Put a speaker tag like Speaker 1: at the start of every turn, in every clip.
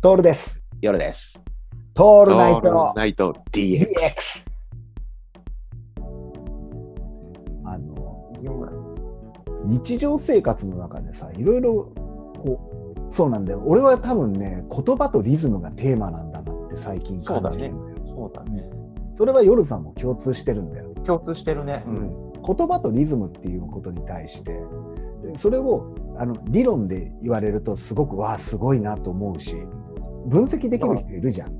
Speaker 1: トールです。
Speaker 2: 夜です。
Speaker 1: ト
Speaker 2: オ
Speaker 1: ールナイト
Speaker 2: ナイト DX。
Speaker 1: DX。あの、日常生活の中でさ、いろいろ、こう、そうなんだよ。俺は多分ね、言葉とリズムがテーマなんだなって最近
Speaker 2: そう
Speaker 1: 感
Speaker 2: だ
Speaker 1: じ
Speaker 2: ね
Speaker 1: るんだよ。。
Speaker 2: そうだね。
Speaker 1: それは夜さんも共通してるんだよ。
Speaker 2: 共通してるね。うん。
Speaker 1: 言葉とリズムっていうことに対してでそれをあの理論で言われるとすごくわあすごいなと思うし分析できる人いるじゃん。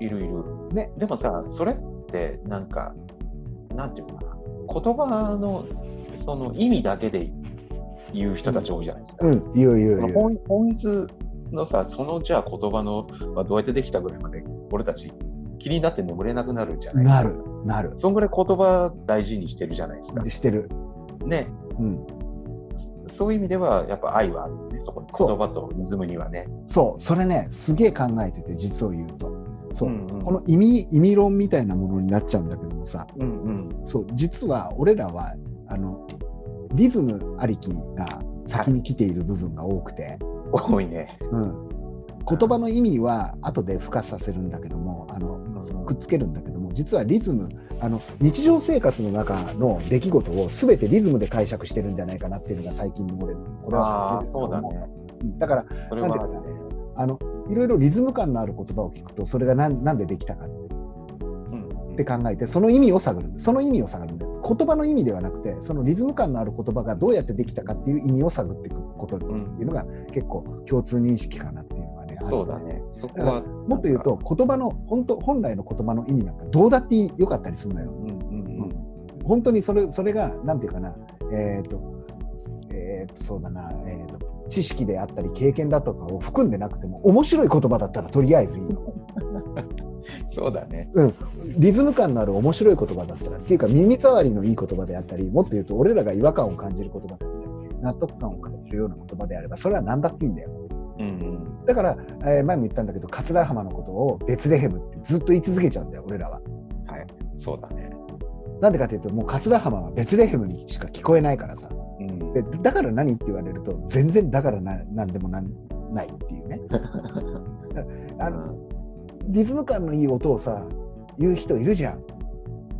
Speaker 2: いるいる。
Speaker 1: ね。
Speaker 2: でもさ、それって、なんか、なんていうのかな。言葉の、その意味だけで言う人たち多いじゃないですか。
Speaker 1: うん、言う言う
Speaker 2: その
Speaker 1: 言う。
Speaker 2: 本本質のさ、そのじゃあ言葉のはどうやってできたぐらいまで、俺たち気になって眠れなくなるじゃないです
Speaker 1: な
Speaker 2: か。
Speaker 1: る。なる。
Speaker 2: そんぐらい言葉大事にしてるじゃないですか。
Speaker 1: してる。
Speaker 2: ね。
Speaker 1: うん、
Speaker 2: そういう意味では、やっぱ愛はあるよね。そこに
Speaker 1: そう
Speaker 2: 言葉とリズムにはね。
Speaker 1: そうそれねすげえ考えてて実を言うと。そう、
Speaker 2: うんうん
Speaker 1: この意味意味論みたいなものになっちゃうんだけどもさ
Speaker 2: うんうん。
Speaker 1: そう実は俺らはあのリズムありきが先に来ている部分が多くて。
Speaker 2: 多いね。
Speaker 1: うん、言葉の意味は後で付加させるんだけどもあのくっつけるんだけども実はリズムあの日常生活の中の出来事を全てリズムで解釈してるんじゃないかなっていうのが最近の俺のこれは
Speaker 2: ああ、そうだね。
Speaker 1: うんだから
Speaker 2: それはある
Speaker 1: なんて
Speaker 2: ね。
Speaker 1: あのいろいろリズム感のある言葉を聞くとそれがなんなんでできたかっ
Speaker 2: うん
Speaker 1: て考えてその意味を探るんだその意味を探るんだよ言葉の意味ではなくてそのリズム感のある言葉がどうやってできたかっていう意味を探っていくことって
Speaker 2: うん
Speaker 1: いうのが結構共通認識かなっていうのがねある
Speaker 2: そうだね。そこは。
Speaker 1: もっと言うと言葉の本当本来の言葉の意味なんかどうだってよかったりするの
Speaker 2: う
Speaker 1: よ。
Speaker 2: んうんうん。
Speaker 1: 本当にそれそれがなんていうかなえっ、とえっ、とそうだなえっ、と知識であったり経験だとかを含んでなくても面白い言葉だったらとりあえずいいの。
Speaker 2: そうだね。
Speaker 1: リズム感のある面白い言葉だったらっていうか耳障りのいい言葉であったりもっと言うと俺らが違和感を感じる言葉だったり納得感を感じるような言葉であればそれは何だっていいんだよ。
Speaker 2: うんうん。
Speaker 1: だから、えー前も言ったんだけど桂浜のことをベツレヘムってずっと言い続けちゃうんだよ俺らは。
Speaker 2: そうだね。
Speaker 1: なんでかというと、もう桂浜はベツレヘムにしか聞こえないからさ、
Speaker 2: うん。
Speaker 1: でだから何って言われると、全然だからななんでもなんないっていうね、あのリズム感のいい音をさ、言う人いるじゃん、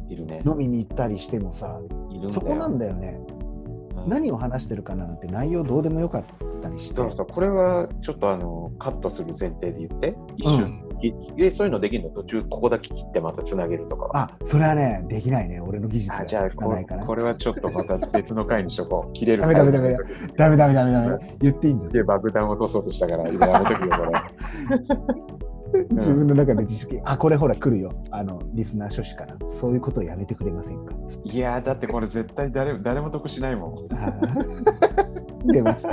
Speaker 2: いるね。
Speaker 1: 飲みに行ったりしてもさ、
Speaker 2: いるんだよ。
Speaker 1: そこなんだよね、
Speaker 2: うん
Speaker 1: 何を話してるかなんて内容どうでもよかったりして
Speaker 2: だか、らさ、これはちょっとあのカットする前提で言って、一瞬、いえそういうのできるの途中、ここだけ切ってまたつなげるとかは。
Speaker 1: あそれはね、できないね、俺の技術
Speaker 2: あ
Speaker 1: が
Speaker 2: じゃあ
Speaker 1: つか
Speaker 2: こ
Speaker 1: ないから、
Speaker 2: これはちょっとまた別の回にしとこう。切れる
Speaker 1: ダメダメダメ
Speaker 2: 回
Speaker 1: ダメダメダメダメ、言っていいんじゃん、
Speaker 2: で爆弾落とそうとしたから、今やめとくよ、これ。ん
Speaker 1: 自分の中で自主的にあ、これほら来るよ、あのリスナー諸子から、そういうことをやめてくれませんか
Speaker 2: いやーだってこれ絶対誰も誰も得しないもん。
Speaker 1: あー出ました。